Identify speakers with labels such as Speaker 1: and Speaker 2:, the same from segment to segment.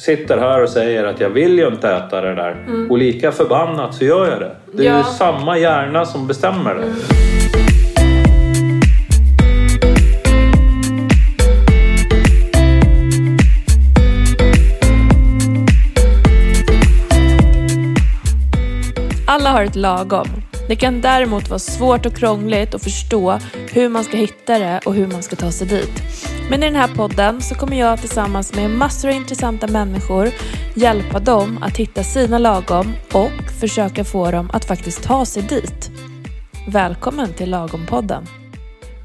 Speaker 1: sitter här och säger att jag vill ju inte äta det där. Och lika förbannat så gör jag det. Det är ju
Speaker 2: Ja.
Speaker 1: samma hjärna som bestämmer det.
Speaker 2: Alla har ett lagom. Det kan däremot vara svårt och krångligt att förstå hur man ska hitta det och hur man ska ta sig dit. Men i den här podden så kommer jag tillsammans med massor av intressanta människor hjälpa dem att hitta sina lagom och försöka få dem att faktiskt ta sig dit. Välkommen till Lagom-podden.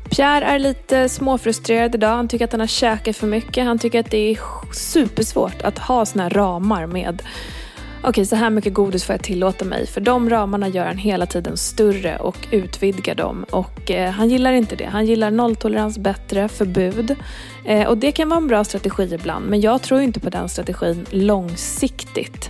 Speaker 2: Pierre är lite småfrustrerad idag. Han tycker att han har käkat för mycket. Han tycker att det är supersvårt att ha såna här ramar med Okej, så här mycket godis får jag tillåta mig. För de ramarna gör han hela tiden större och utvidgar dem. Och eh, han gillar inte det. Han gillar nolltolerans bättre, förbud. Eh, och det kan vara en bra strategi ibland. Men jag tror inte på den strategin långsiktigt.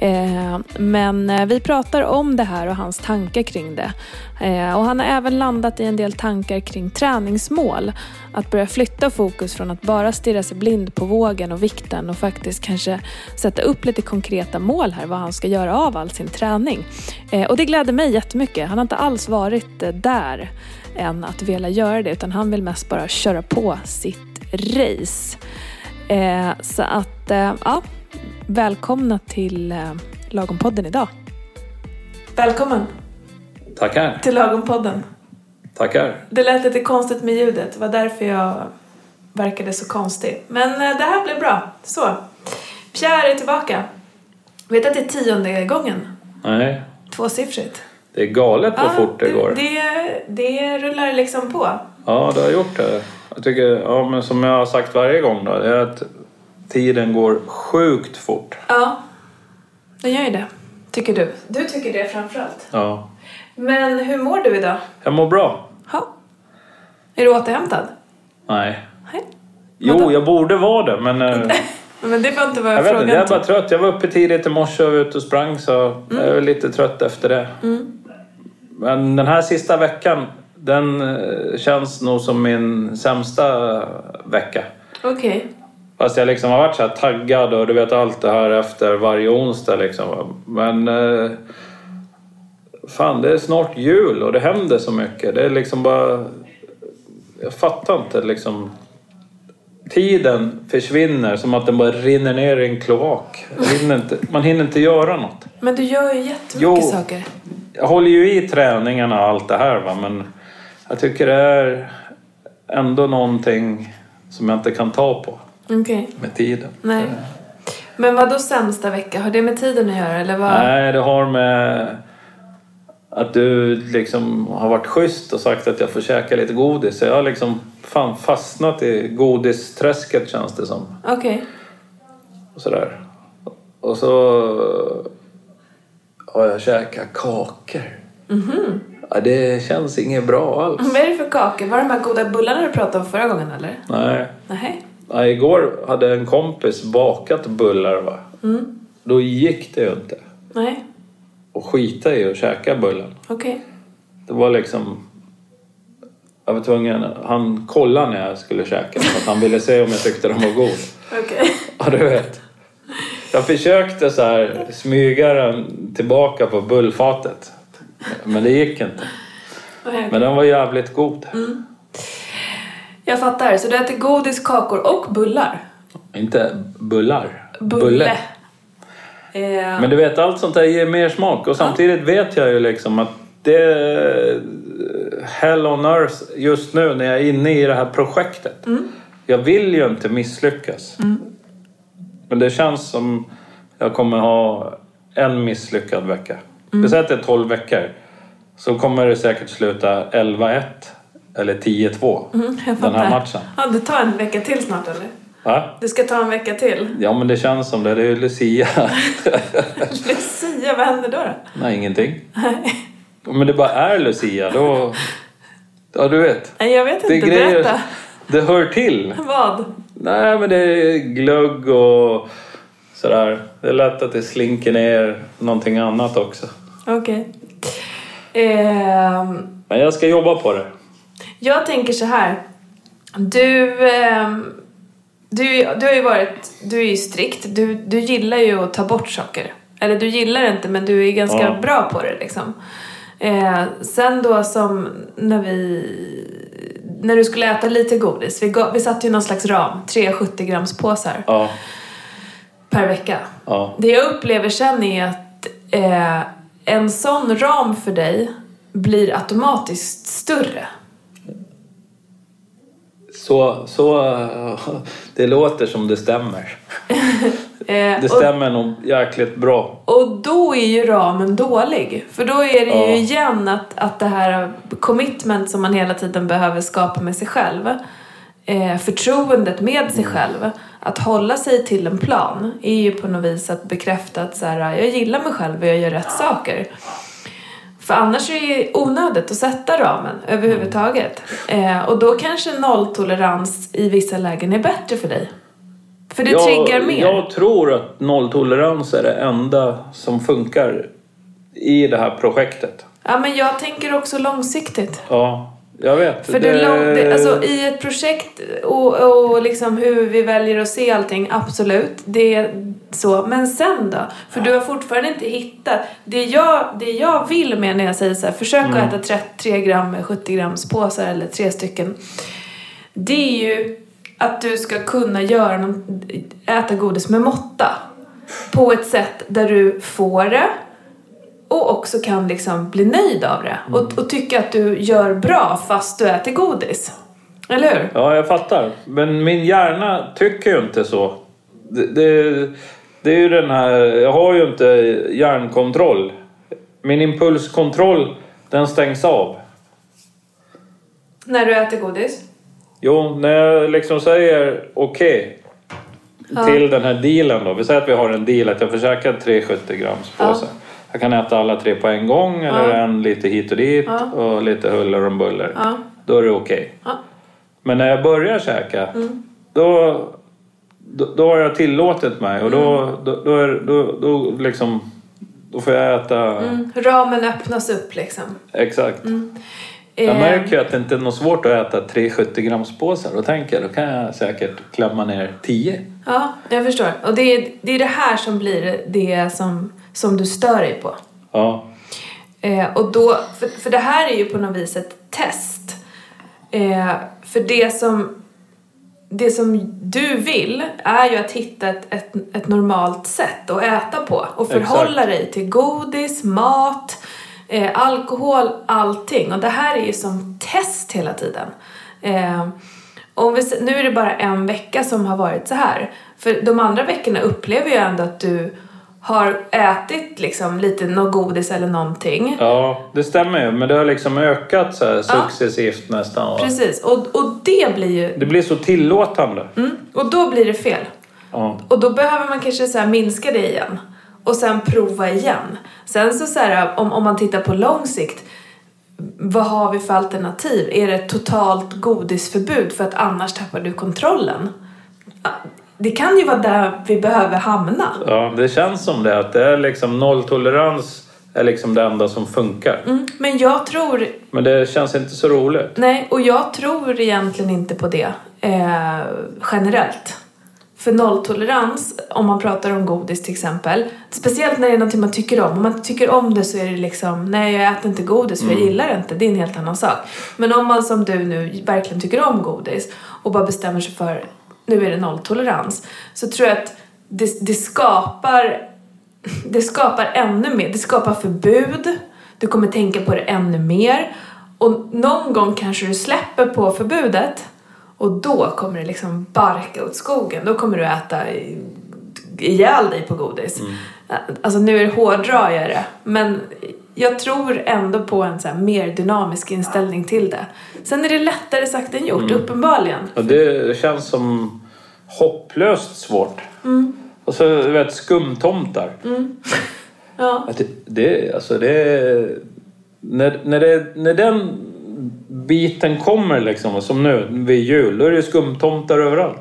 Speaker 2: Eh, men eh, vi pratar om det här och hans tankar kring det. Eh, och han har även landat i en del tankar kring träningsmål. Att börja flytta fokus från att bara stirra sig blind på vågen och vikten och faktiskt kanske sätta upp lite konkreta mål här vad han ska göra av all sin träning. Eh, och det gläder mig jättemycket. Han har inte alls varit eh, där än att vilja göra det utan han vill mest bara köra på sitt race. Eh, så att, eh, ja, välkomna till eh, Lagompodden idag. Välkommen
Speaker 1: Tackar,
Speaker 2: till Lagompodden.
Speaker 1: tackar.
Speaker 2: Det lät lite konstigt med ljudet, det var därför jag verkade så konstig. Men eh, det här blev bra. Så. Pierre är tillbaka. Vet att det är tionde gången?
Speaker 1: Nej,
Speaker 2: Tvåsiffrigt.
Speaker 1: det är galet vad fort det går.
Speaker 2: Det, det rullar liksom på.
Speaker 1: Ja, det har gjort det. Jag tycker, ja, men som jag har sagt varje gång då, det är att tiden går sjukt fort.
Speaker 2: Ja, den gör ju det. Tycker du? Du tycker det framförallt.
Speaker 1: Ja.
Speaker 2: Men hur mår du idag?
Speaker 1: Jag mår bra.
Speaker 2: Ha? Är du återhämtad?
Speaker 1: Nej.
Speaker 2: Nej.
Speaker 1: Jo,
Speaker 2: Vadå?
Speaker 1: jag borde vara det, men... eh,
Speaker 2: Men det var inte vad
Speaker 1: Jag
Speaker 2: jag,
Speaker 1: vet inte,
Speaker 2: frågade.
Speaker 1: jag är bara trött. Jag var uppe tidigt i morse och var ute och sprang så jag är lite trött efter det. Men den här sista veckan, den eh, känns nog som min sämsta eh, vecka.
Speaker 2: Okej.
Speaker 1: Fast jag liksom har varit så här taggad och du vet allt det här efter varje onsdag liksom. Men... eh, Fan, det är snart jul och det händer så mycket. Det är liksom bara... Jag fattar inte liksom... Tiden försvinner som att den bara rinner ner i en kloak. Jag hinner inte, man hinner inte göra något.
Speaker 2: Men du gör ju jättemycket
Speaker 1: Jo.
Speaker 2: saker.
Speaker 1: Jag håller ju i träningarna och allt det här va, men jag tycker det är ändå någonting som jag inte kan ta på
Speaker 2: Okej.
Speaker 1: med tiden.
Speaker 2: Nej. Men vad då sämsta vecka? Har det med tiden att göra eller vad?
Speaker 1: Nej, det har med att du liksom har varit schysst och sagt att jag får käka lite godis. Så jag har liksom fan fastnat i godisträsket känns det som.
Speaker 2: Okej.
Speaker 1: Och sådär. Och så har jag käkat kakor. Ja, det känns inget bra alls.
Speaker 2: Vad är det för kakor? Var det de här goda bullarna du pratade om förra gången eller?
Speaker 1: Nej.
Speaker 2: Nej.
Speaker 1: Ja, igår hade en kompis bakat bullar va. Då gick det ju inte.
Speaker 2: Nej.
Speaker 1: Och skita i att käka bullen.
Speaker 2: Okej.
Speaker 1: Det var liksom... Jag var tvungen... Han kollade när jag skulle käka för att han ville se om jag tyckte den var god.
Speaker 2: Okej.
Speaker 1: Ja, du vet. Jag försökte så här smyga den tillbaka på bullfatet. Men det gick inte.
Speaker 2: Nej.
Speaker 1: Men den var jävligt god.
Speaker 2: Jag fattar. Så du äter godis, kakor och bullar?
Speaker 1: Inte bullar.
Speaker 2: Bulle. Eh,
Speaker 1: Men du vet, allt sånt där ger mer smak. Och samtidigt vet jag ju liksom att det är hell on earth just nu när jag är inne i det här projektet.
Speaker 2: Mm.
Speaker 1: Jag vill ju inte misslyckas. Men det känns som jag kommer ha en misslyckad vecka.
Speaker 2: Mm.
Speaker 1: Vi säger att det är 12 veckor. Så kommer det säkert sluta 11-1 eller 10-2
Speaker 2: Mm, mhm, jag
Speaker 1: den här
Speaker 2: fattar.
Speaker 1: matchen.
Speaker 2: Ja, det tar en vecka till snart eller?
Speaker 1: Va?
Speaker 2: Du ska ta en vecka till?
Speaker 1: Ja men det känns som det. Det är ju Lucia.
Speaker 2: Lucia, vad händer då? då?
Speaker 1: Nej, ingenting. Men det bara är Lucia, då... Ja, du vet.
Speaker 2: Nej, jag vet
Speaker 1: Det är
Speaker 2: inte. Berätta.
Speaker 1: Det hör till.
Speaker 2: Vad?
Speaker 1: Nej, men det är glögg och sådär. Det är lätt att det slinker ner någonting annat också.
Speaker 2: Okej. Ehm,
Speaker 1: Men jag ska jobba på det.
Speaker 2: Jag tänker så här. Du ehm, Du, du har ju varit, du är ju strikt. Du, du gillar ju att ta bort saker. Eller du gillar det inte men du är ganska
Speaker 1: Ja.
Speaker 2: bra på det liksom. Eh, sen då som när vi... När du skulle äta lite godis. Vi, gav, vi satte ju någon slags ram. Tre 70 grams påsar
Speaker 1: Ja,
Speaker 2: per vecka.
Speaker 1: ja,
Speaker 2: Det jag upplever sen är att eh, en sån ram för dig blir automatiskt större.
Speaker 1: så, så eh, det låter som det stämmer.
Speaker 2: Eh,
Speaker 1: Det
Speaker 2: och-
Speaker 1: stämmer nog jäkligt bra.
Speaker 2: Och då är ju ramen dålig. För då är det
Speaker 1: Ja.
Speaker 2: ju igen att, att det här commitment som man hela tiden behöver skapa med sig själv. Eh, förtroendet med sig själv. Att hålla sig till en plan är ju på något vis att bekräfta att så här, jag gillar mig själv och jag gör rätt saker. För annars är det onödigt att sätta ramen överhuvudtaget. Eh, och då kanske nolltolerans i vissa lägen är bättre för dig. För det triggar mer.
Speaker 1: Jag tror att nolltolerans är det enda som funkar i det här projektet.
Speaker 2: Ja, men jag tänker också långsiktigt.
Speaker 1: Ja, jag vet.
Speaker 2: För det... lång, det, alltså, i ett projekt och, och liksom hur vi väljer att se allting, absolut. Det är så. Men sen då? För du har fortfarande inte hittat. Det jag, det jag vill med när jag säger så här, försök att äta 3, 3 gram 70 grams påsar eller tre stycken. Det är ju att du ska kunna göra någon, äta godis med måtta. På ett sätt där du får det och också kan liksom bli nöjd av det. Och, och tycka att du gör bra fast du äter godis. Eller hur?
Speaker 1: Ja, jag fattar. Men min hjärna tycker ju inte så. Det, det, det är ju den här... Jag har ju inte hjärnkontroll. Min impulskontroll, den stängs av.
Speaker 2: När du äter godis.
Speaker 1: Jo, när jag liksom säger okej till den här dealen då. Vi säger att vi har en deal att jag försäkrar tre 70 grams
Speaker 2: Ja.
Speaker 1: påsar. Jag kan äta alla tre på en gång eller
Speaker 2: Ja.
Speaker 1: en lite hit och dit
Speaker 2: Ja.
Speaker 1: och lite huller om buller.
Speaker 2: Ja.
Speaker 1: Då är det okej.
Speaker 2: Ja. Mm.
Speaker 1: Men när jag börjar käka, då, då, då har jag tillåtit mig och då,
Speaker 2: Mm.
Speaker 1: då, då, är, då, då, liksom, då får jag äta
Speaker 2: Mm. Ramen öppnas upp liksom.
Speaker 1: exakt. Jag
Speaker 2: Eh,
Speaker 1: märker ju att det inte är något svårt att äta tre 70 grams påsar. Då tänker jag, då kan jag säkert klämma ner 10.
Speaker 2: Ja, jag förstår. Och det är det, är det här som blir det som, som du stör dig på.
Speaker 1: Ja.
Speaker 2: Eh, och då, för, för det här är ju på något vis ett test. Eh, för det som, det som du vill är ju att hitta ett, ett, ett normalt sätt att äta på och förhålla dig till godis, mat, eh, alkohol, allting. Och det här är ju som test hela tiden. Eh, om vi, s- nu är det bara en vecka som har varit så här. För de andra veckorna upplever jag ändå att du har ätit liksom lite något godis eller någonting.
Speaker 1: ja, det stämmer ju. Men det har liksom ökat så här successivt nästan. va?
Speaker 2: Precis, och, och det blir ju...
Speaker 1: Det blir så tillåtande.
Speaker 2: Mm, och då blir det fel.
Speaker 1: Ja.
Speaker 2: Och då behöver man kanske så här minska det igen. Och sen prova igen. Sen så, så här, om, om man tittar på lång sikt. Vad har vi för alternativ? Är det ett totalt godisförbud för att annars tappar du kontrollen? Ja, Det kan ju vara där vi behöver hamna.
Speaker 1: ja, det känns som det. Att det är liksom nolltolerans är liksom det enda som funkar.
Speaker 2: Mm, men jag tror
Speaker 1: Men det känns inte så roligt.
Speaker 2: Nej, och jag tror egentligen inte på det eh, generellt. För nolltolerans, om man pratar om godis till exempel, speciellt när det är någonting man tycker om. Om man inte tycker om det så är det liksom, nej jag äter inte godis för jag gillar det inte, det är en helt annan sak. Men om man som du nu verkligen tycker om godis och bara bestämmer sig för, nu är det nolltolerans, så tror jag att det, det skapar det skapar ännu mer, det skapar förbud, du kommer tänka på det ännu mer och någon gång kanske du släpper på förbudet och då kommer det liksom barka åt skogen, då kommer du äta i- ihjäl dig på godis. Alltså nu är det hårdrar jag det, men jag tror ändå på en så här mer dynamisk inställning till det. Sen är det lättare sagt än gjort, uppenbarligen.
Speaker 1: Och det känns som hopplöst svårt.
Speaker 2: Mm.
Speaker 1: Och så du vet, skumtomtar.
Speaker 2: Ja.
Speaker 1: Att det, det, alltså det, när, när, det, när den biten kommer, liksom, och som nu vid jul, då är det skumtomtar överallt.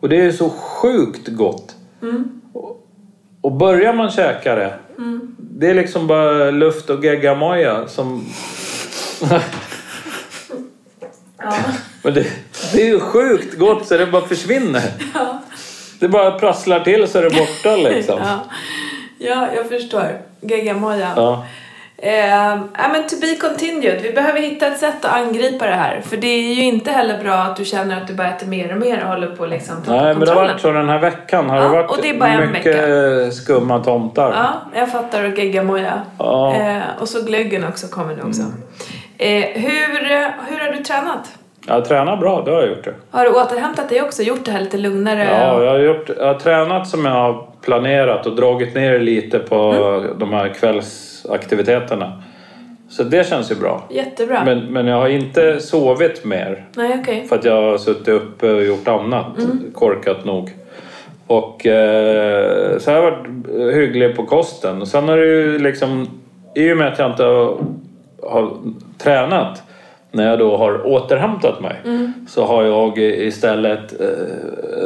Speaker 1: Och det är så sjukt gott.
Speaker 2: Mm.
Speaker 1: Och, och börjar man käka det, det är liksom bara luft och geggamoja som...
Speaker 2: Ja.
Speaker 1: Men det, Det är ju sjukt gott så det bara försvinner.
Speaker 2: Ja.
Speaker 1: Det bara prasslar till så är det borta liksom.
Speaker 2: Ja. ja, jag förstår. Geggamojan.
Speaker 1: Ja.
Speaker 2: Eh, ja, men to be continued. Vi behöver hitta ett sätt att angripa det här. För det är ju inte heller bra att du känner att du bara äter mer och mer och håller på liksom tappa
Speaker 1: Nej men det har
Speaker 2: kontrollen.
Speaker 1: varit så den här veckan. Har
Speaker 2: Ja,
Speaker 1: det varit
Speaker 2: och det är bara en
Speaker 1: mycket skumma tomtar?
Speaker 2: Ja, jag fattar och geggamoja.
Speaker 1: Ja.
Speaker 2: Eh, och så glöggen också kommer nu också. Eh, hur, eh, hur har du tränat?
Speaker 1: Jag tränar bra, det har jag gjort det.
Speaker 2: Har du återhämtat dig också? Gjort det här lite lugnare?
Speaker 1: Ja, jag har, gjort, jag har tränat som jag har planerat och dragit ner lite på
Speaker 2: Mm.
Speaker 1: de här kvällsaktiviteterna. Så det känns ju bra.
Speaker 2: Jättebra.
Speaker 1: Men, men jag har inte sovit mer
Speaker 2: Nej, okej.
Speaker 1: för att jag har suttit uppe och gjort annat, korkat nog. Och eh, så har jag varit hygglig på kosten. Och sen har det ju liksom, i och med att jag inte har, har tränat när jag då har återhämtat mig så har jag istället eh,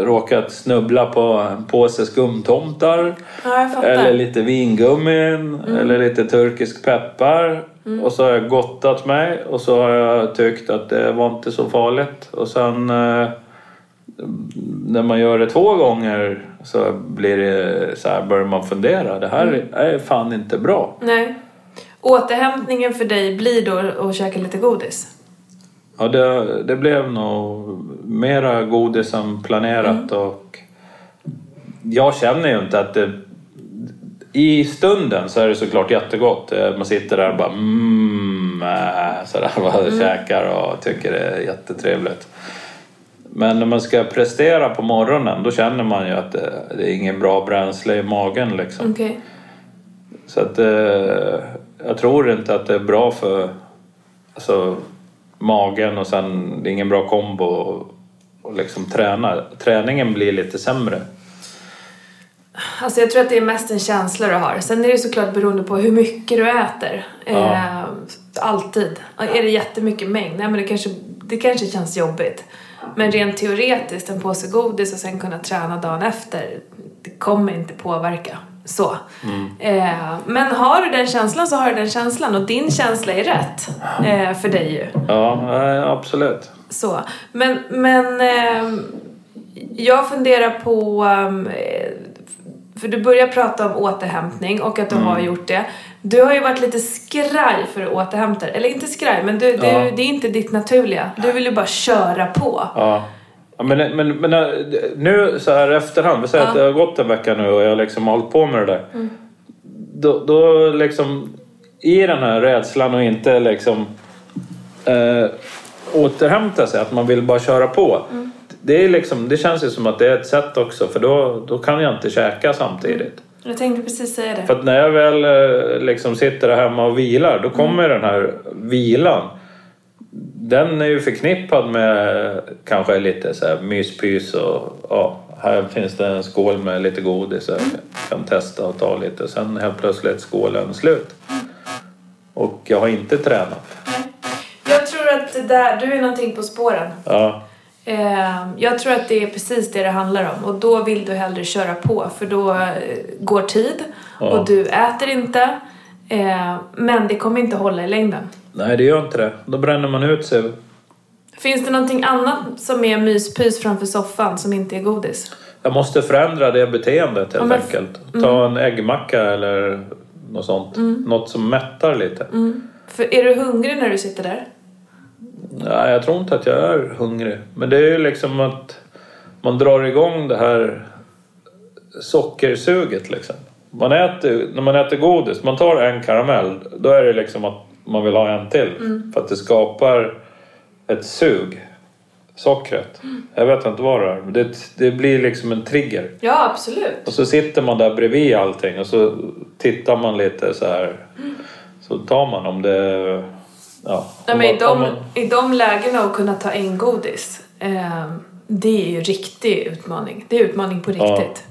Speaker 1: råkat snubbla på en påse skumtomtar.
Speaker 2: Ja, jag fattar. Mm.
Speaker 1: Eller lite vingummin, eller lite turkisk peppar. Och så har jag gottat mig och så har jag tyckt att det var inte så farligt. Och sen eh, när man gör det två gånger så blir det så här, börjar man fundera. Det
Speaker 2: Mm.
Speaker 1: här är fan inte bra.
Speaker 2: Nej. Återhämtningen för dig blir då att käka lite godis?
Speaker 1: Ja, det, det blev nog mera godis än planerat och jag känner ju inte att det... I stunden så är det såklart jättegott. Eh, Man sitter där och bara mm, äh, sådär bara käkar och tycker det är jättetrevligt. Men när man ska prestera på morgonen då känner man ju att det, det är ingen bra bränsle i magen liksom.
Speaker 2: Okej.
Speaker 1: Så att eh, jag tror inte att det är bra för alltså, magen och sen det är ingen bra kombo och, och liksom träna. Träningen blir lite sämre.
Speaker 2: Alltså jag tror att det är mest en känsla du har. Sen är det såklart beroende på hur mycket du äter. Eh, alltid. Är det jättemycket mängd, nej men det kanske, det kanske känns jobbigt. Men rent teoretiskt, en påse godis och sen kunna träna dagen efter, det kommer inte påverka. Så. Eh, men har du den känslan så har du den känslan och din känsla är rätt eh, för dig ju.
Speaker 1: Ja, eh, absolut.
Speaker 2: Så. Men, men ehm, jag funderar på... ehm, eh, för du börjar prata om återhämtning och att du har
Speaker 1: Mm.
Speaker 2: gjort det. Du har ju varit lite skraj för att återhämta dig. Eller inte skraj, men du, du,
Speaker 1: Ja.
Speaker 2: det är inte ditt naturliga. Du vill ju bara köra på.
Speaker 1: Ja. Ja, Men, men, men eh, nu så här efterhand, vi säger att det har gått en vecka nu och jag liksom har hållit på med det där. Då, då liksom, i den här rädslan och inte liksom eh, återhämta sig, att man vill bara köra på. Det, är liksom, det känns ju som att det är ett sätt också för då, då kan jag inte käka samtidigt.
Speaker 2: Jag tänkte precis säga det.
Speaker 1: För att när jag väl eh, liksom sitter där hemma och vilar, då kommer
Speaker 2: Mm.
Speaker 1: den här vilan. Den är ju förknippad med eh, kanske lite så här myspys och ja, här finns det en skål med lite godis.
Speaker 2: Mm.
Speaker 1: Jag kan testa och ta lite. Sen helt plötsligt skålen slut. Och jag har inte tränat.
Speaker 2: Jag tror att det där, du är någonting på spåren.
Speaker 1: Ja,
Speaker 2: Ehm, jag tror att det är precis det det handlar om och då vill du hellre köra på för då eh, går tid
Speaker 1: Ja.
Speaker 2: och du äter inte. Ehm, men det kommer inte hålla i längden.
Speaker 1: nej det gör inte det. Då bränner man ut sig.
Speaker 2: Finns det någonting annat som är myspys framför soffan som inte är godis?
Speaker 1: Jag måste förändra det beteendet helt
Speaker 2: Ja, men- Mm.
Speaker 1: enkelt. Ta en äggmacka eller något sånt. Något som mättar lite.
Speaker 2: Mm. För är du hungrig när du sitter där?
Speaker 1: Nej, jag tror inte att jag är hungrig. Men det är ju liksom att man drar igång det här sockersuget liksom. Man äter, när man äter godis, man tar en karamell, då är det liksom att man vill ha en till.
Speaker 2: Mm.
Speaker 1: För att det skapar ett sug. Sockret.
Speaker 2: Mm.
Speaker 1: Jag vet inte vad det är. men Det, det blir liksom en trigger.
Speaker 2: Ja, absolut.
Speaker 1: Och så sitter man där bredvid allting och så tittar man lite så här. Så tar man om det... Ja,
Speaker 2: Mm. Nej,
Speaker 1: om
Speaker 2: men i,
Speaker 1: man- om
Speaker 2: de,
Speaker 1: man-
Speaker 2: I de lägena att kunna ta in godis, ehm, det är ju riktig utmaning. Det är utmaning på
Speaker 1: Ja.
Speaker 2: riktigt.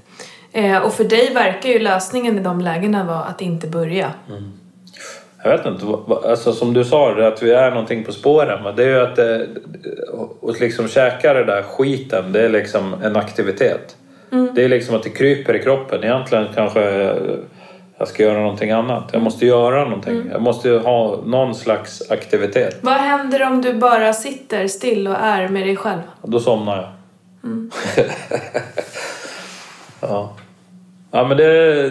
Speaker 2: Eh, och för dig verkar ju lösningen i de lägena vara att inte börja.
Speaker 1: Mm. Jag vet inte, vad- vad- alltså som du sa, det att vi är någonting på spåren. Men det är ju att det, och liksom käka det där skiten, det är liksom en aktivitet. Det är liksom att det kryper i kroppen. Egentligen kanske jag ska göra någonting annat. Jag måste göra någonting. Jag måste ju ha någon slags aktivitet.
Speaker 2: Vad händer om du bara sitter still och är med dig själv?
Speaker 1: Då somnar jag.
Speaker 2: Mm.
Speaker 1: ja. Ja, men det,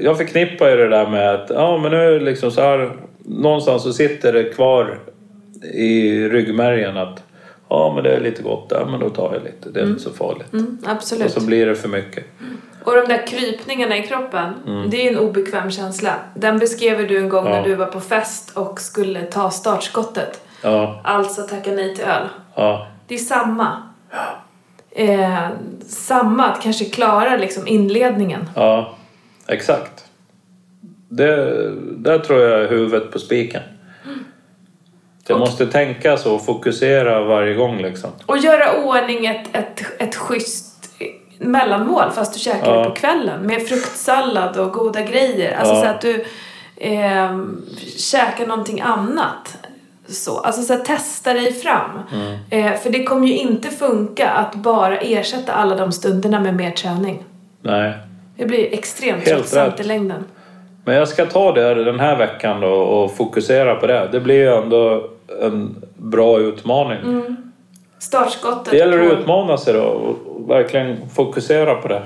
Speaker 1: jag förknippar ju det där med att ja, men nu liksom så här, någonstans så sitter det kvar i ryggmärgen att ja, men det är lite gott där, men då tar jag lite. Det är inte så farligt.
Speaker 2: Mm,
Speaker 1: Och
Speaker 2: absolut.
Speaker 1: så blir det för mycket.
Speaker 2: Och de där krypningarna i kroppen, det är en obekväm känsla. Den beskrev du en gång när
Speaker 1: Mm. Ja.
Speaker 2: du var på fest och skulle ta startskottet.
Speaker 1: Ja,
Speaker 2: Alltså tacka nej till öl.
Speaker 1: ja,
Speaker 2: Det är samma. Eh, samma, att kanske klara liksom inledningen.
Speaker 1: ja, exakt. Det, där tror jag är huvudet på spiken. Jag måste tänka så och fokusera varje gång liksom.
Speaker 2: Och göra ordning ett, ett, ett schysst mellanmål fast du käkar
Speaker 1: Ja.
Speaker 2: det på kvällen med fruktsallad och goda grejer. Alltså
Speaker 1: Ja.
Speaker 2: så att du eh, käkar någonting annat. Så. Alltså så att testa dig fram.
Speaker 1: Mm.
Speaker 2: Eh, för det kommer ju inte funka att bara ersätta alla de stunderna med mer träning.
Speaker 1: Nej.
Speaker 2: Det blir extremt
Speaker 1: Helt
Speaker 2: tröttsamt
Speaker 1: rätt.
Speaker 2: i längden.
Speaker 1: Men jag ska ta det den här veckan då och fokusera på det. Det blir ju ändå en bra utmaning.
Speaker 2: Startskottet
Speaker 1: Det gäller att
Speaker 2: på...
Speaker 1: utmana sig då och verkligen fokusera på det.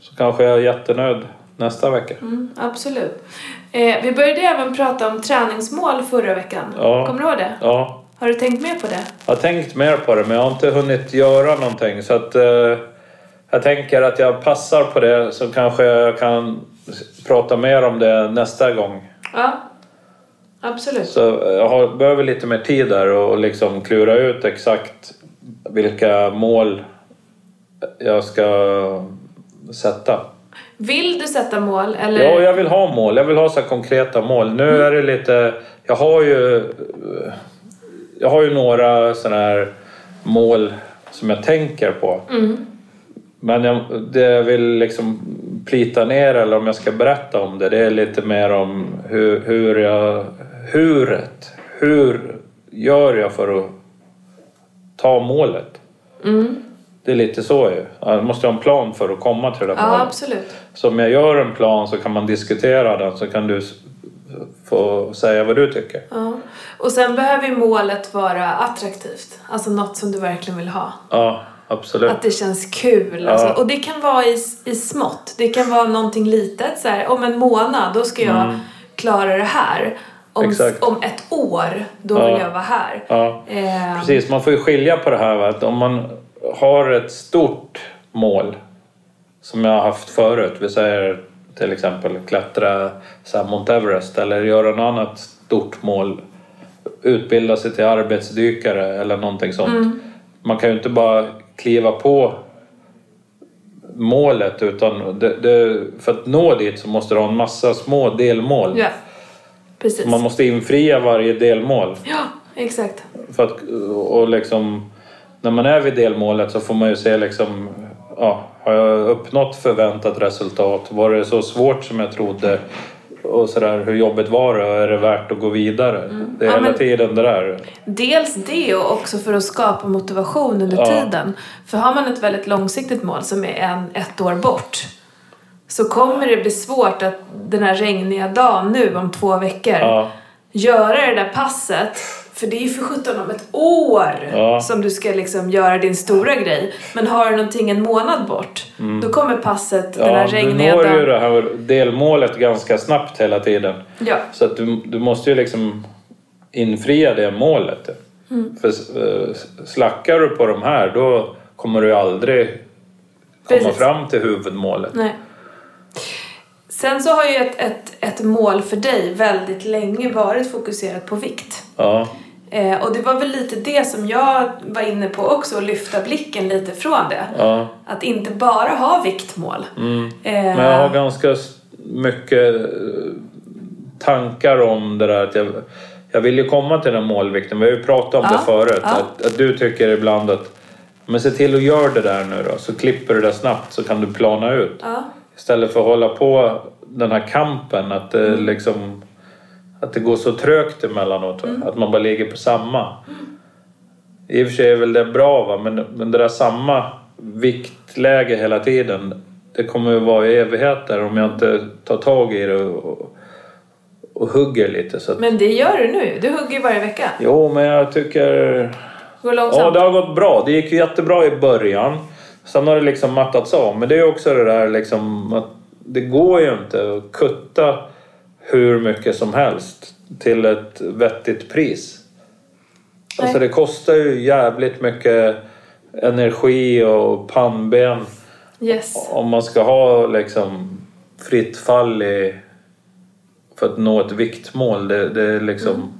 Speaker 1: Så kanske jag är jättenöjd nästa vecka.
Speaker 2: Mm, absolut. Eh, vi började även prata om träningsmål förra veckan.
Speaker 1: Ja.
Speaker 2: Kommer du ihåg det?
Speaker 1: Ja,
Speaker 2: Har du tänkt mer på det?
Speaker 1: jag har tänkt mer på det men jag har inte hunnit göra någonting så att eh, jag tänker att jag passar på det så kanske jag kan s- prata mer om det nästa gång.
Speaker 2: Ja, absolut.
Speaker 1: Så eh, jag har, behöver lite mer tid där och liksom klura ut exakt vilka mål jag ska sätta.
Speaker 2: Vill du sätta mål eller? Mm.
Speaker 1: Ja, jag vill ha mål. Jag vill ha så här konkreta mål. Nu är det lite... Jag har ju... eh, Jag har ju några sådana här mål som jag tänker på.
Speaker 2: Mm.
Speaker 1: Men jag, det jag vill liksom plita ner eller om jag ska berätta om det, det är lite mer om hur, hur jag... Huret. Hur gör jag för att ta målet?
Speaker 2: Mm.
Speaker 1: Det är lite så ju. Jag måste ha en plan för att komma till det där
Speaker 2: ja
Speaker 1: målet.
Speaker 2: absolut.
Speaker 1: Så om jag gör en plan så kan man diskutera den så kan du s- få säga vad du tycker.
Speaker 2: Ja. Och sen behöver ju målet vara attraktivt. Alltså något som du verkligen vill ha.
Speaker 1: Ja, absolut.
Speaker 2: Att det känns kul.
Speaker 1: Ja.
Speaker 2: Alltså. Och det kan vara i, i smått. Det kan vara någonting litet. Så här, om en månad, då ska jag klara det här. Om,
Speaker 1: Mm. Exakt.
Speaker 2: om ett år, då
Speaker 1: Ja.
Speaker 2: vill jag vara här.
Speaker 1: Ja,
Speaker 2: Eh,
Speaker 1: precis. Man får ju skilja på det här. va? Att om man har ett stort mål som jag har haft förut. Vi säger till exempel klättra så här, Mount Everest eller göra något annat stort mål. Utbilda sig till arbetsdykare eller någonting sånt.
Speaker 2: Mm.
Speaker 1: Man kan ju inte bara kliva på målet utan det, det, för att nå dit så måste du ha en massa små delmål.
Speaker 2: Ja, precis.
Speaker 1: Mm. Man måste infria varje delmål.
Speaker 2: Ja, exakt.
Speaker 1: För att, och liksom, när man är vid delmålet så får man ju se liksom, ja, har jag uppnått förväntat resultat? Var det så svårt som jag trodde? Och sådär, hur jobbigt var det? Är det värt att gå vidare? Det är
Speaker 2: Mm. Ja,
Speaker 1: hela
Speaker 2: men-
Speaker 1: tiden det där.
Speaker 2: Dels det och också för att skapa motivation under
Speaker 1: Ja.
Speaker 2: tiden. För har man ett väldigt långsiktigt mål som är en, ett år bort så kommer det bli svårt att den här regniga dagen nu om två veckor
Speaker 1: Ja,
Speaker 2: göra det där passet. För det är ju för sjutton om ett år
Speaker 1: Ja.
Speaker 2: som du ska liksom göra din stora grej. Men har du någonting en månad bort då kommer passet den
Speaker 1: Mm. ja
Speaker 2: här
Speaker 1: du
Speaker 2: regniga
Speaker 1: når ju
Speaker 2: dagen.
Speaker 1: det här delmålet ganska snabbt hela tiden.
Speaker 2: Ja,
Speaker 1: Så att du, du måste ju liksom infria det målet. För eh, slackar du på de här då kommer du ju aldrig komma
Speaker 2: Precis.
Speaker 1: fram till huvudmålet.
Speaker 2: Nej. Sen så har ju ett, ett, ett mål för dig väldigt länge varit fokuserat på vikt.
Speaker 1: Ja.
Speaker 2: Eh, och det var väl lite det som jag var inne på också, att lyfta blicken lite från det.
Speaker 1: Ja,
Speaker 2: Att inte bara ha viktmål. Eh,
Speaker 1: Mm. men jag har ganska s- mycket eh, tankar om det där att jag, jag vill ju komma till den målvikten. Vi har ju pratat om
Speaker 2: Ja,
Speaker 1: det förut.
Speaker 2: ja.
Speaker 1: Att, att du tycker ibland att men se till att göra det där nu då. Så klipper du det snabbt så kan du plana ut.
Speaker 2: ja,
Speaker 1: Istället för att hålla på den här kampen att det
Speaker 2: Mm.
Speaker 1: liksom att det går så trögt emellanåt.
Speaker 2: Mm.
Speaker 1: va? Att man bara ligger på samma. I och för sig är väl det bra va? Men, men det där samma viktläge hela tiden det kommer att vara i evigheter om jag inte tar tag i det och, och hugger lite. Så att,
Speaker 2: Men det gör du nu. Du hugger ju varje vecka.
Speaker 1: Jo, men jag tycker...
Speaker 2: Går
Speaker 1: Ja,
Speaker 2: långsamt.
Speaker 1: det har gått bra. Det gick ju jättebra i början. Sen har det liksom mattats av. Men det är också det där liksom att det går ju inte att kutta hur mycket som helst till ett vettigt pris.
Speaker 2: Nej.
Speaker 1: Alltså det kostar ju jävligt mycket energi och pannben
Speaker 2: Yes.
Speaker 1: om man ska ha liksom fritt fall i, för att nå ett viktmål. Det, det, är liksom,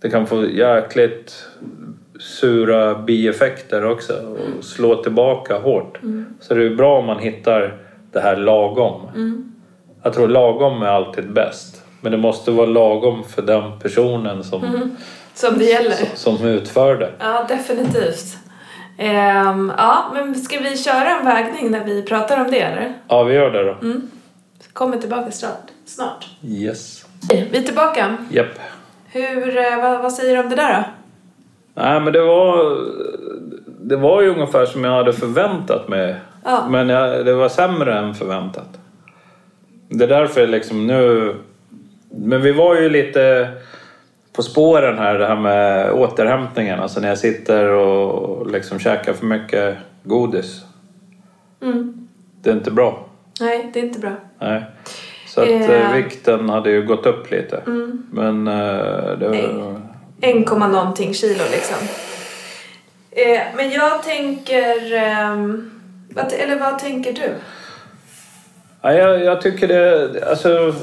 Speaker 1: det kan få jäkligt sura bieffekter också och slå tillbaka hårt. Så det är bra om man hittar det här lagom. Jag tror lagom är alltid bäst. Men det måste vara lagom för den personen som,
Speaker 2: Som det gäller.
Speaker 1: som utför det.
Speaker 2: Ja, definitivt. Ehm, ja, men ska vi köra en vägning när vi pratar om det eller?
Speaker 1: Ja, vi gör det då.
Speaker 2: Kommer tillbaka snart. snart.
Speaker 1: Yes.
Speaker 2: Vi är tillbaka.
Speaker 1: Japp.
Speaker 2: Hur, eh, vad, vad säger du om det där då?
Speaker 1: Nej, men det var, det var ju ungefär som jag hade förväntat mig.
Speaker 2: Ja.
Speaker 1: Men jag, det var sämre än förväntat. Det är därför liksom nu... Men vi var ju lite på spåren här, det här med återhämtningen. Alltså när jag sitter och liksom käkar för mycket godis.
Speaker 2: Mm.
Speaker 1: Det är inte bra.
Speaker 2: Nej, det är inte bra.
Speaker 1: Nej. Så att
Speaker 2: Ja.
Speaker 1: eh, vikten hade ju gått upp lite. Men eh, det var...
Speaker 2: Mm. Nej. 1, någonting kilo liksom. Eh, men jag tänker... ehm, vad, eller vad tänker du?
Speaker 1: Ja, jag, jag tycker det... Alltså,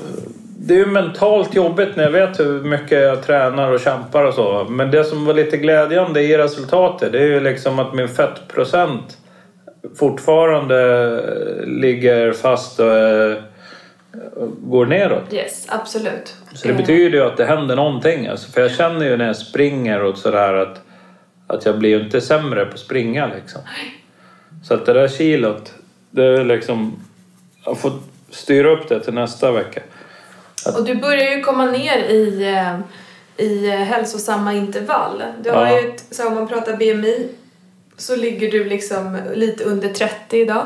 Speaker 1: det är ju mentalt jobbigt när jag vet hur mycket jag tränar och kämpar och så. Men det som var lite glädjande i resultatet det är ju liksom att min fettprocent fortfarande ligger fast och eh, går neråt.
Speaker 2: Yes, absolut. Eh,
Speaker 1: Så det betyder ju att det händer någonting. Alltså, för jag känner ju när jag springer och sådär att, att jag blir ju inte sämre på att springa liksom. Så att det där kilot, det är liksom... Jag får styra upp det till nästa vecka.
Speaker 2: Och du börjar ju komma ner i, eh, i eh, hälsosamma intervall. Du har
Speaker 1: Ja.
Speaker 2: ju, ett- så om man pratar BMI så ligger du liksom lite under 30 idag.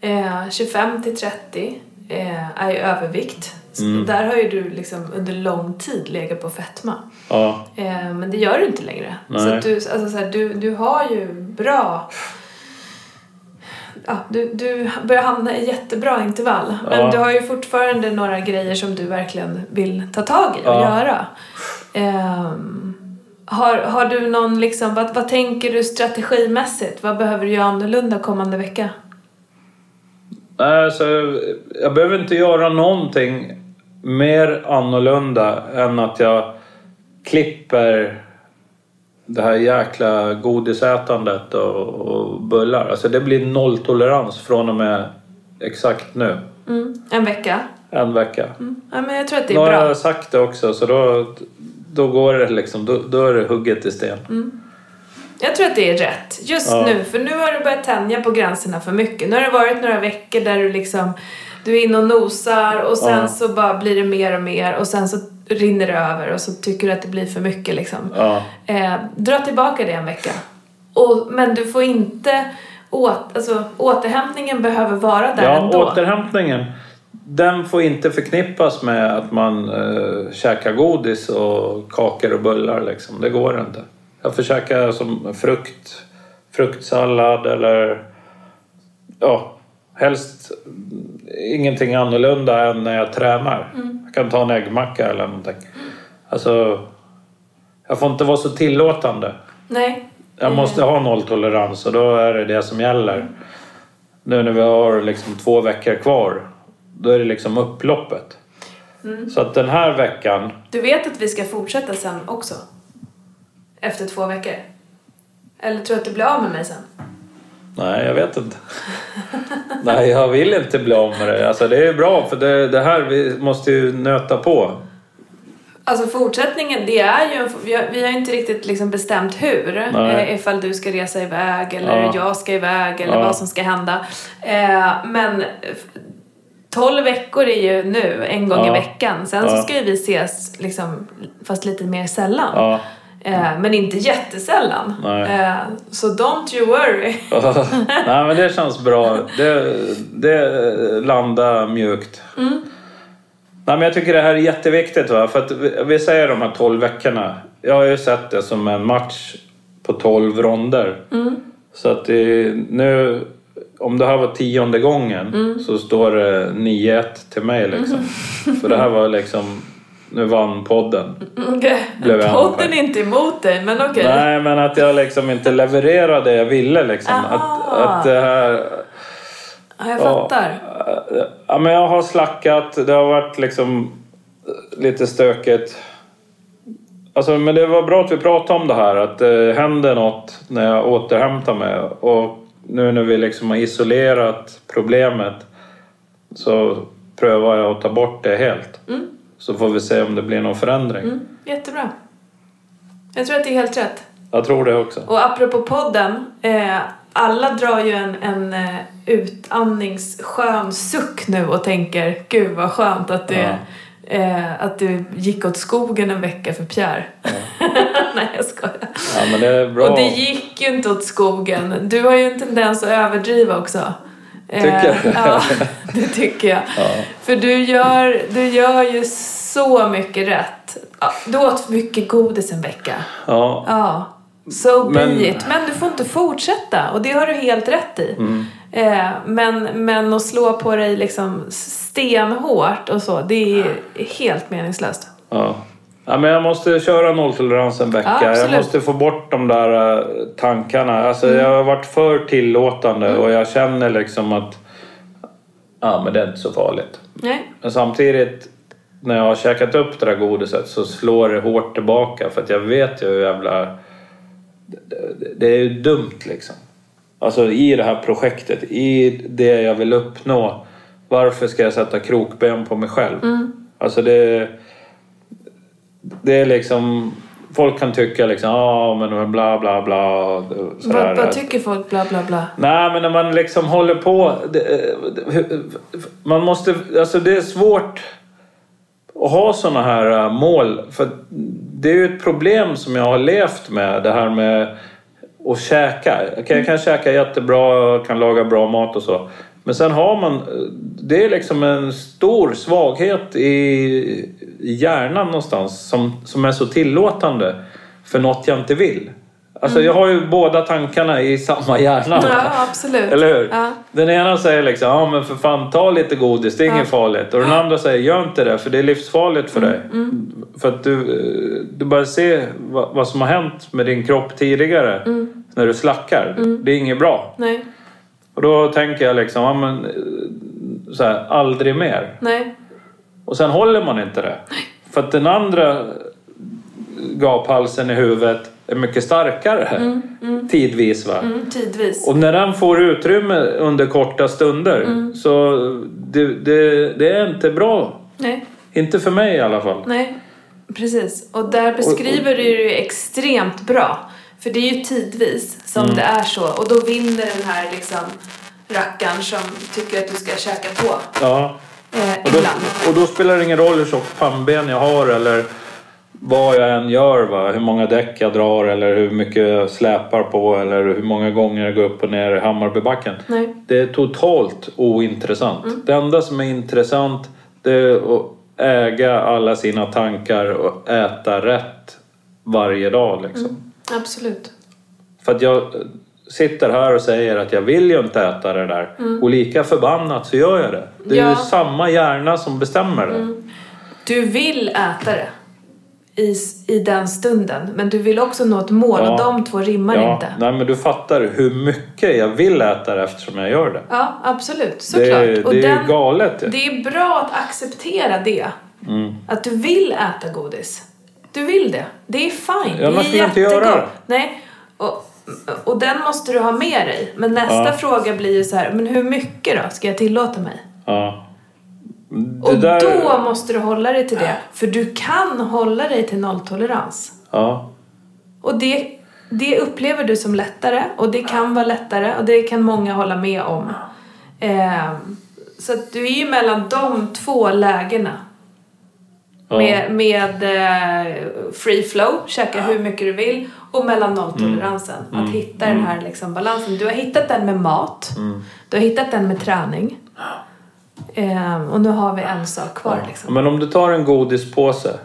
Speaker 2: Eh, 25 till 30 eh, är ju övervikt. Så Där har ju du liksom under lång tid legat på fetma.
Speaker 1: Ja,
Speaker 2: Eh, men det gör du inte längre.
Speaker 1: Nej.
Speaker 2: Så att du, alltså, så här, du, du har ju bra... Ja, du, du börjar hamna i jättebra intervall. Men
Speaker 1: Ja.
Speaker 2: du har ju fortfarande några grejer som du verkligen vill ta tag i och
Speaker 1: Ja.
Speaker 2: göra. Ehm, har, har du någon liksom, vad, vad tänker du strategimässigt? Vad behöver du göra annorlunda kommande vecka?
Speaker 1: Nej, alltså, jag behöver inte göra någonting mer annorlunda än att jag klipper det här jäkla godisätandet och, och bullar. Alltså det blir nolltolerans från och med exakt nu.
Speaker 2: Mm, en vecka? Mm.
Speaker 1: En vecka.
Speaker 2: Ja, men jag tror att det
Speaker 1: Nu
Speaker 2: är
Speaker 1: har
Speaker 2: bra.
Speaker 1: jag sagt det också så då, då går det liksom, då, då är det hugget i sten.
Speaker 2: Mm. Jag tror att det är rätt. Just
Speaker 1: Ja.
Speaker 2: nu, för nu har du börjat tänja på gränserna för mycket. Nu har det varit några veckor där du liksom, du är inne och nosar och sen
Speaker 1: Ja.
Speaker 2: så bara blir det mer och mer och sen så rinner det över och så tycker du att det blir för mycket liksom.
Speaker 1: Ja.
Speaker 2: Eh, dra tillbaka det en vecka. Och, men du får inte, åt, alltså återhämtningen behöver vara där
Speaker 1: Ja,
Speaker 2: ändå.
Speaker 1: återhämtningen. Den får inte förknippas med att man eh, käkar godis och kakor och bullar. Liksom. Det går inte. Jag får käka som frukt, fruktsallad eller ja, helst ingenting annorlunda än när jag tränar.
Speaker 2: Mm.
Speaker 1: Jag kan ta en äggmacka eller någonting. Alltså, jag får inte vara så tillåtande.
Speaker 2: Nej.
Speaker 1: Jag måste ha nolltolerans och då är det det som gäller. Nu när vi har liksom två veckor kvar, då är det liksom upploppet. Så att den här veckan,
Speaker 2: Du vet att vi ska fortsätta sen också? Efter två veckor? Eller tror du att du blir av med mig sen?
Speaker 1: nej jag vet inte. nej jag vill inte bli av med det. Alltså det är bra för det, det här vi måste ju nöta på.
Speaker 2: Alltså fortsättningen, det är ju, en- vi har, vi har inte riktigt liksom bestämt hur.
Speaker 1: Nej.
Speaker 2: Eh, ifall du ska resa iväg eller
Speaker 1: Ja.
Speaker 2: jag ska iväg eller
Speaker 1: Ja.
Speaker 2: vad som ska hända. Eh, men eh, 12 veckor är ju nu, en gång i
Speaker 1: Ja.
Speaker 2: veckan. Sen så
Speaker 1: Ja.
Speaker 2: ska ju vi ses liksom, fast lite mer sällan.
Speaker 1: Ja.
Speaker 2: Eh, men inte jättesällan.
Speaker 1: Nej.
Speaker 2: Eh, så don't you worry.
Speaker 1: Nej men det känns bra. Det, det landar mjukt.
Speaker 2: Mm.
Speaker 1: Nej men jag tycker det här är jätteviktigt va. För att vi, vi säger de här 12 veckorna. Jag har ju sett det som en match på 12 ronder.
Speaker 2: Mm.
Speaker 1: Så att det, nu, om det här var tionde gången
Speaker 2: Mm.
Speaker 1: så står det 9-1 till mig liksom.
Speaker 2: Mm.
Speaker 1: För det här var liksom, nu vann podden.
Speaker 2: Okej.
Speaker 1: Blev jag
Speaker 2: Podden
Speaker 1: anfallen.
Speaker 2: är inte emot dig, men okej.
Speaker 1: Nej, men att jag liksom inte levererade det jag ville. Liksom.
Speaker 2: Aha.
Speaker 1: Att, att det här...
Speaker 2: Ja, jag fattar.
Speaker 1: äh, Ja, men jag har slackat, det har varit liksom äh, lite stökigt. Alltså, men det var bra att vi pratade om det här, att det händer något när jag återhämtar mig. Och nu när vi liksom har isolerat problemet så prövar jag att ta bort det helt. Så får vi se om det blir någon förändring.
Speaker 2: Mm, jättebra. Jag tror att det är helt rätt.
Speaker 1: Jag tror det också.
Speaker 2: Och apropå podden. Eh, alla drar ju en, en eh, utandningsskön suck nu och tänker gud vad skönt att det, eh, att det gick åt skogen en vecka för Pierre. Nej, jag skojar.
Speaker 1: Ja, men det är bra.
Speaker 2: Och det gick ju inte åt skogen. Du har ju en tendens att överdriva också. Eh,
Speaker 1: Tycker jag?
Speaker 2: Ja, det tycker jag.
Speaker 1: Ja.
Speaker 2: För du gör, du gör ju så mycket rätt. Ja, Du åt mycket godis en vecka.
Speaker 1: Ja,
Speaker 2: Ja, so be
Speaker 1: Men-
Speaker 2: it. Men du får inte fortsätta och det har du helt rätt i. Eh, men, men att slå på dig liksom stenhårt och så, det är helt meningslöst.
Speaker 1: Ja. ja men jag måste köra nolltolerans en vecka.
Speaker 2: Ja, absolut. Mm.
Speaker 1: jag måste få bort de där eh, tankarna. Alltså, Jag har varit för tillåtande och jag känner liksom att ja, men det är inte så farligt.
Speaker 2: Nej.
Speaker 1: Men samtidigt när jag har käkat upp det där godiset så slår det hårt tillbaka för att jag vet ju hur jävla... det- Det är ju dumt liksom. Alltså i det här projektet, i det jag vill uppnå. Varför ska jag sätta krokben på mig själv?
Speaker 2: Mm.
Speaker 1: Alltså det... Det är liksom... Folk kan tycka liksom, ja ah, men bla bla bla. och sådär.
Speaker 2: Vad, vad tycker folk? Bla, bla, bla.
Speaker 1: Nej, men när man liksom håller på... det- det- Man måste... Alltså det är svårt att ha såna här äh, mål. För det är ju ett problem som jag har levt med. Det här med att käka. Jag kan, jag kan käka jättebra, jag kan laga bra mat och så. Men sen har man... äh, Det är liksom en stor svaghet i i hjärnan någonstans som, som är så tillåtande för något jag inte vill. Alltså jag har ju båda tankarna i samma hjärna.
Speaker 2: Ja, absolut.
Speaker 1: Eller hur?
Speaker 2: Ja.
Speaker 1: Den ena säger liksom, ja men för fan ta lite godis, det är inget farligt. Och den andra säger, gör inte det för det är livsfarligt för dig. För att du, eh, du bara ser vad, vad som har hänt med din kropp tidigare när du slackar. Det är inget bra.
Speaker 2: Nej,
Speaker 1: Och då tänker jag liksom, ja men eh, så här, aldrig mer.
Speaker 2: nej.
Speaker 1: Och sen håller man inte det. För att den andra gaphalsen i huvudet är mycket starkare tidvis va.
Speaker 2: Mm, tidvis.
Speaker 1: Och när den får utrymme under korta stunder
Speaker 2: Mm.
Speaker 1: så det, det, det är inte bra.
Speaker 2: Nej,
Speaker 1: Inte för mig i alla fall.
Speaker 2: nej. Precis. Och där beskriver du det ju extremt bra. För det är ju tidvis som det är så. Och då vinner den här liksom rackaren som tycker att du ska käka på.
Speaker 1: Ja.
Speaker 2: Eh,
Speaker 1: Och, då,
Speaker 2: ibland.
Speaker 1: och då spelar det ingen roll hur tjockt pannben jag har eller vad jag än gör. Va? Hur många däck jag drar eller hur mycket jag släpar på eller hur många gånger jag går upp och ner i Hammarbybacken.
Speaker 2: Nej. Mm.
Speaker 1: Det är totalt ointressant. Det enda som är intressant det är att äga alla sina tankar och äta rätt varje dag.
Speaker 2: Mm.
Speaker 1: Liksom.
Speaker 2: Absolut.
Speaker 1: För att jag eh, sitter här och säger att jag vill ju inte äta det där. Och lika förbannat så gör jag det. Det är
Speaker 2: Mm. Ja. Mm.
Speaker 1: ju samma hjärna som bestämmer det.
Speaker 2: Du vill äta det i, s- i den stunden, men du vill också nå ett mål
Speaker 1: Ja.
Speaker 2: och de två rimmar
Speaker 1: ja.
Speaker 2: inte.
Speaker 1: Nej men du fattar hur mycket jag vill äta det eftersom jag gör det.
Speaker 2: Ja, absolut. Såklart.
Speaker 1: Det är,
Speaker 2: och
Speaker 1: det är
Speaker 2: den,
Speaker 1: ju galet Mm. ju.
Speaker 2: det är bra att acceptera det. Att du vill äta godis. Du vill det. Det är fine.
Speaker 1: Ja, man
Speaker 2: det är
Speaker 1: ska inte göra
Speaker 2: jättegott.
Speaker 1: det.
Speaker 2: Nej. Och, och den måste du ha med dig. Men nästa
Speaker 1: Ja.
Speaker 2: fråga blir ju så här, men hur mycket då ska jag tillåta mig?
Speaker 1: Ja. Det
Speaker 2: och då måste du hålla dig till det. För du kan hålla dig till nolltolerans.
Speaker 1: Ja.
Speaker 2: Och det, det upplever du som lättare och det kan vara lättare och det kan många hålla med om. Ehm, Eh, så att du är ju mellan de två lägena.
Speaker 1: Ja.
Speaker 2: Med, med eh, free flow, käka hur mycket du vill. Och mellan
Speaker 1: Mm.
Speaker 2: nolltoleransen. Att hitta den här liksom, balansen. Du har hittat den med mat.
Speaker 1: Mm.
Speaker 2: Du har hittat den med träning. Ehm, och nu har vi en sak kvar liksom.
Speaker 1: Men om du tar en godispåse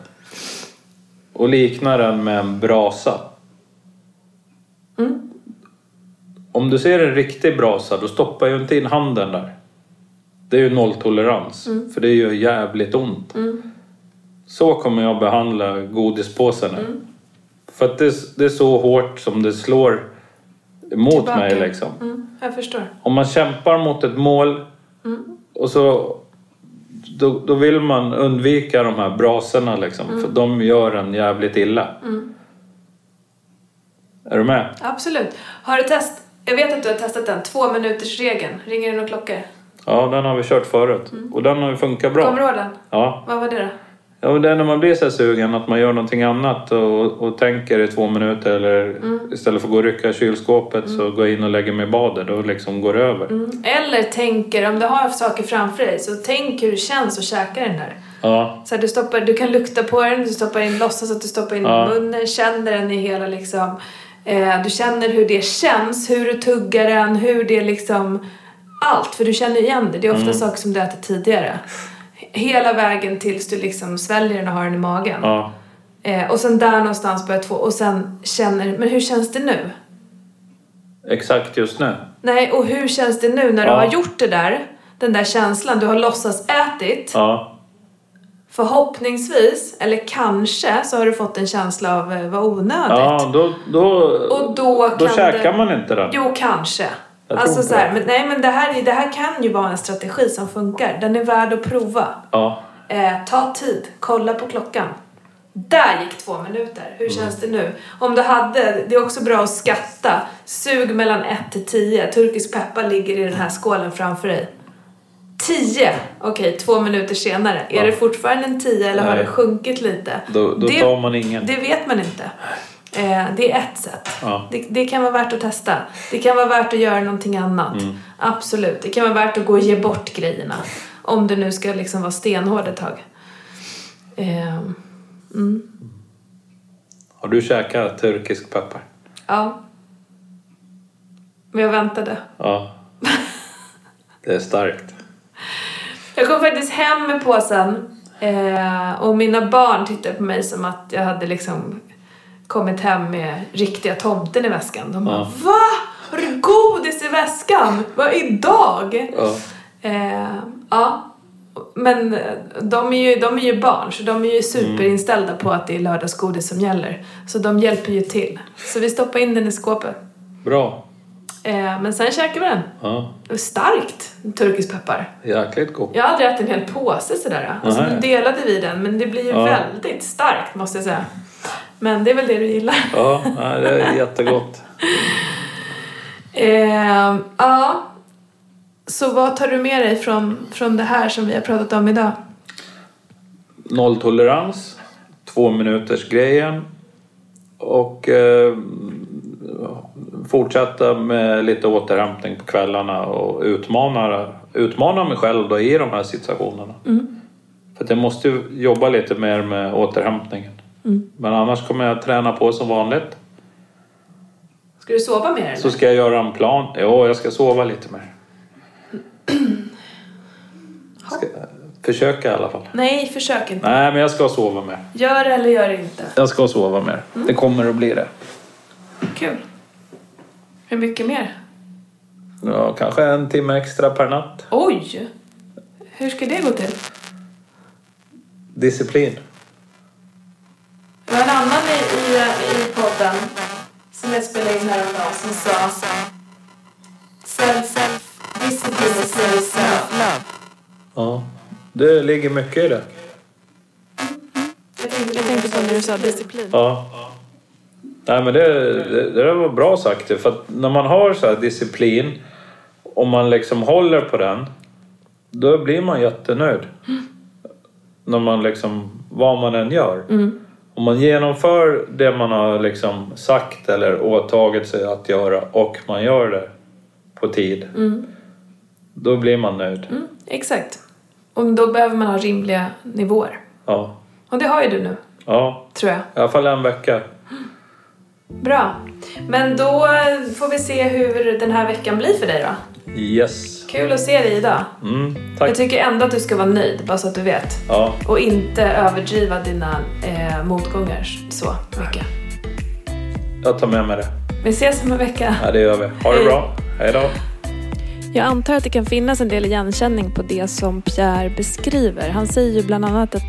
Speaker 1: och liknar den med en brasa.
Speaker 2: Mm.
Speaker 1: Om du ser en riktig brasa, då stoppar ju inte in handen där. Det är ju nolltolerans,
Speaker 2: Mm.
Speaker 1: för det gör jävligt ont. Så kommer jag behandla godispåsen nu.
Speaker 2: Mm.
Speaker 1: För att det, det är så hårt som det slår mot
Speaker 2: Tillbaka.
Speaker 1: mig liksom.
Speaker 2: Mm, jag förstår.
Speaker 1: Om man kämpar mot ett mål
Speaker 2: Mm.
Speaker 1: och så då, då vill man undvika de här brasorna liksom,
Speaker 2: Mm.
Speaker 1: för de gör en jävligt illa. Är du med?
Speaker 2: Absolut. Har du test? Jag vet att du har testat den. Två minuters regeln. Ringer det några klockor?
Speaker 1: Ja, den har vi kört förut och den har ju funkat bra.
Speaker 2: Mm. Kommer du ihåg den?
Speaker 1: Ja.
Speaker 2: Vad var det då?
Speaker 1: ja, men det är när man blir så här sugen att man gör någonting annat och, och tänker i två minuter eller
Speaker 2: Mm.
Speaker 1: istället för att gå och rycka i kylskåpet så går jag in och lägger mig i badet och liksom går det över.
Speaker 2: Mm. Eller tänker, om du har saker framför dig, så tänk hur det känns att käka den här.
Speaker 1: Ja.
Speaker 2: Så här, du, stoppar, du kan lukta på den, du stoppar in, låtsas att du stoppar in
Speaker 1: Ja.
Speaker 2: den i munnen, känner den i hela liksom... Eh, du känner hur det känns, hur du tuggar den, hur det liksom... Allt, för du känner igen det. Det är
Speaker 1: Mm.
Speaker 2: ofta saker som du ätit tidigare. Hela vägen tills du liksom sväljer den och har den i magen.
Speaker 1: ja.
Speaker 2: Eh, och sen där någonstans börjar två och sen känner, men hur känns det nu?
Speaker 1: Exakt just nu.
Speaker 2: Nej, och hur känns det nu när du
Speaker 1: Ja.
Speaker 2: har gjort det där? Den där känslan, du har låtsas ätit.
Speaker 1: Ja.
Speaker 2: Förhoppningsvis, eller kanske, så har du fått en känsla av eh, vad onödigt.
Speaker 1: Ja, då, då,
Speaker 2: Och då
Speaker 1: då
Speaker 2: kan
Speaker 1: käkar
Speaker 2: det...
Speaker 1: man inte den.
Speaker 2: Jo, kanske.
Speaker 1: Jag tror
Speaker 2: alltså
Speaker 1: inte
Speaker 2: så här,
Speaker 1: det.
Speaker 2: men, nej men det här, är- det här kan ju vara en strategi som funkar. Den är värd att prova.
Speaker 1: Ja.
Speaker 2: Eh, ta tid, kolla på klockan. Där gick två minuter. Hur
Speaker 1: Mm.
Speaker 2: känns det nu? Om du hade, det är också bra att skatta. Sug mellan 1 till 10. Turkisk peppar ligger i den här skålen framför dig. 10! Okej, två minuter senare. Är det fortfarande en 10 eller har
Speaker 1: Nej.
Speaker 2: det sjunkit lite?
Speaker 1: Då, då
Speaker 2: det,
Speaker 1: tar man ingen.
Speaker 2: det vet man inte. Eh, det är ett sätt.
Speaker 1: Ja.
Speaker 2: Det, det kan vara värt att testa. Det kan vara värt att göra någonting annat. Absolut. Det kan vara värt att gå och ge bort grejerna. Om du nu ska liksom vara stenhård ett tag. Ehm,
Speaker 1: Har du käkat turkisk peppar?
Speaker 2: ja. Men jag väntade.
Speaker 1: Ja. Det är starkt.
Speaker 2: Jag kom faktiskt hem med påsen eh, och mina barn tittade på mig som att jag hade liksom kommit hem med riktiga tomten i väskan. De bara
Speaker 1: Ja.
Speaker 2: VA? Har du godis i väskan? Vad idag?
Speaker 1: Ja.
Speaker 2: Eh, ja. Men eh, de är, ju, de är ju barn så de är ju superinställda
Speaker 1: Mm.
Speaker 2: på att det är lördagsgodis som gäller. Så de hjälper ju till. Så vi stoppar in den i skåpet.
Speaker 1: Bra.
Speaker 2: Eh, men sen käkar vi den.
Speaker 1: Ja.
Speaker 2: Det var Starkt turkisk peppar.
Speaker 1: Jäkligt gott.
Speaker 2: Jag har aldrig ätit en hel påse sådär. Alltså,
Speaker 1: Nej.
Speaker 2: nu delade vi den, men det blir ju
Speaker 1: Ja.
Speaker 2: väldigt starkt måste jag säga. Men det är väl det du gillar.
Speaker 1: Ja, nej, det är jättegott.
Speaker 2: Ehm, ja. Så vad tar du med dig från, från det här som vi har pratat om idag?
Speaker 1: Nolltolerans, två minuters grejen och eh, fortsätta med lite återhämtning på kvällarna och utmana, utmana mig själv då i de här situationerna. För att jag måste ju jobba lite mer med återhämtningen. Men annars kommer jag träna på som vanligt.
Speaker 2: Ska du sova mer eller?
Speaker 1: Så ska jag göra en plan. Ja, jag ska sova lite mer. Jag Ska försöka i alla fall.
Speaker 2: Nej, försök inte.
Speaker 1: Nej, men jag ska sova mer.
Speaker 2: Gör det eller gör det inte.
Speaker 1: Jag ska sova mer. Det kommer att bli det.
Speaker 2: Kul. Hur mycket mer?
Speaker 1: Ja, kanske en timme extra per natt.
Speaker 2: Oj! Hur ska det gå till?
Speaker 1: Disciplin.
Speaker 2: Det var en annan i, i, i podden som jag spelade in häromdagen som sa self, discipline is self love.
Speaker 1: Ja. Det ligger mycket i det.
Speaker 2: Jag tänkte, jag tänkte på när du sa disciplin.
Speaker 1: Ja. Nej, men det, det, det där var bra sagt. det. För att när man har så här disciplin och man liksom håller på den, då blir man jättenöjd. När man liksom, vad man än gör. Om man genomför det man har liksom sagt eller åtagit sig att göra och man gör det på tid, då
Speaker 2: Mm.
Speaker 1: blir man nöjd.
Speaker 2: Exakt. Och då behöver man ha rimliga nivåer.
Speaker 1: Ja.
Speaker 2: Och det har ju du nu,
Speaker 1: Ja,
Speaker 2: tror jag.
Speaker 1: i alla fall en vecka.
Speaker 2: Bra. Men då får vi se hur den här veckan blir för dig då.
Speaker 1: Yes.
Speaker 2: Kul att se dig idag.
Speaker 1: Mm, tack.
Speaker 2: Jag tycker ändå att du ska vara nöjd, bara så att du vet.
Speaker 1: Ja,
Speaker 2: Och inte överdriva dina eh, motgångar så mycket.
Speaker 1: jag tar med mig det.
Speaker 2: Vi ses om en vecka.
Speaker 1: Ja, det er gör vi. Ha det
Speaker 2: Hej.
Speaker 1: bra. Hej då.
Speaker 2: Jag antar att det kan finnas en del igenkänning på det som Pierre beskriver. Han säger ju bland annat att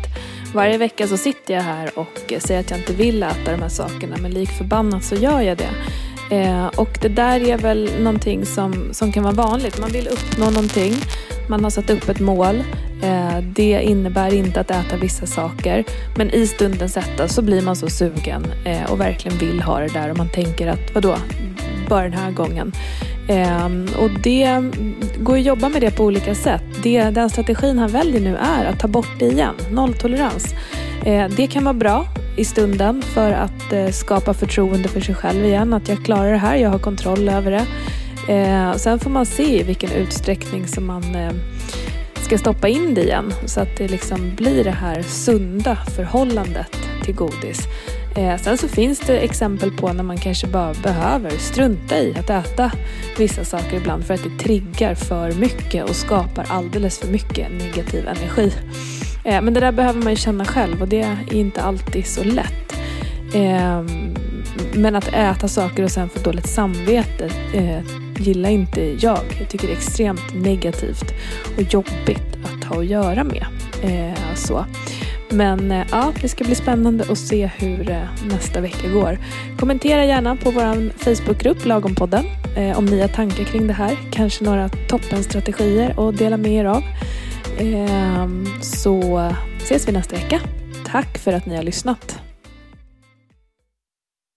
Speaker 2: varje vecka så sitter jag här och säger att jag inte vill äta de här sakerna men lik förbannat så gör jag det. Eh, och det där är väl någonting som, som kan vara vanligt. Man vill uppnå någonting, man har satt upp ett mål. Eh, det innebär inte att äta vissa saker men i stundens hetta så blir man så sugen eh, och verkligen vill ha det där och man tänker att vadå, bara den här gången. Ehm, och det går att jobba med det på olika sätt. Det, den strategin han väljer nu är att ta bort det igen, nolltolerans. Eh, det kan vara bra i stunden för att eh, skapa förtroende för sig själv igen, att jag klarar det här, jag har kontroll över det. Eh, sen får man se i vilken utsträckning som man eh, ska stoppa in det igen så att det liksom blir det här sunda förhållandet till godis. Eh, sen så finns det exempel på när man kanske bara behöver strunta i att äta vissa saker ibland för att det triggar för mycket och skapar alldeles för mycket negativ energi. Eh, men det där behöver man ju känna själv och det är inte alltid så lätt. Eh, men att äta saker och sen få dåligt samvete eh, gillar inte jag. Jag tycker det är extremt negativt och jobbigt att ha att göra med. Eh, så. Men eh, ja, det ska bli spännande att se hur eh, nästa vecka går. Kommentera gärna på vår Facebookgrupp Lagompodden eh, om ni har tankar kring det här. Kanske några toppenstrategier att dela med er av. Ehm, Eh, så ses vi nästa vecka. Tack för att ni har lyssnat.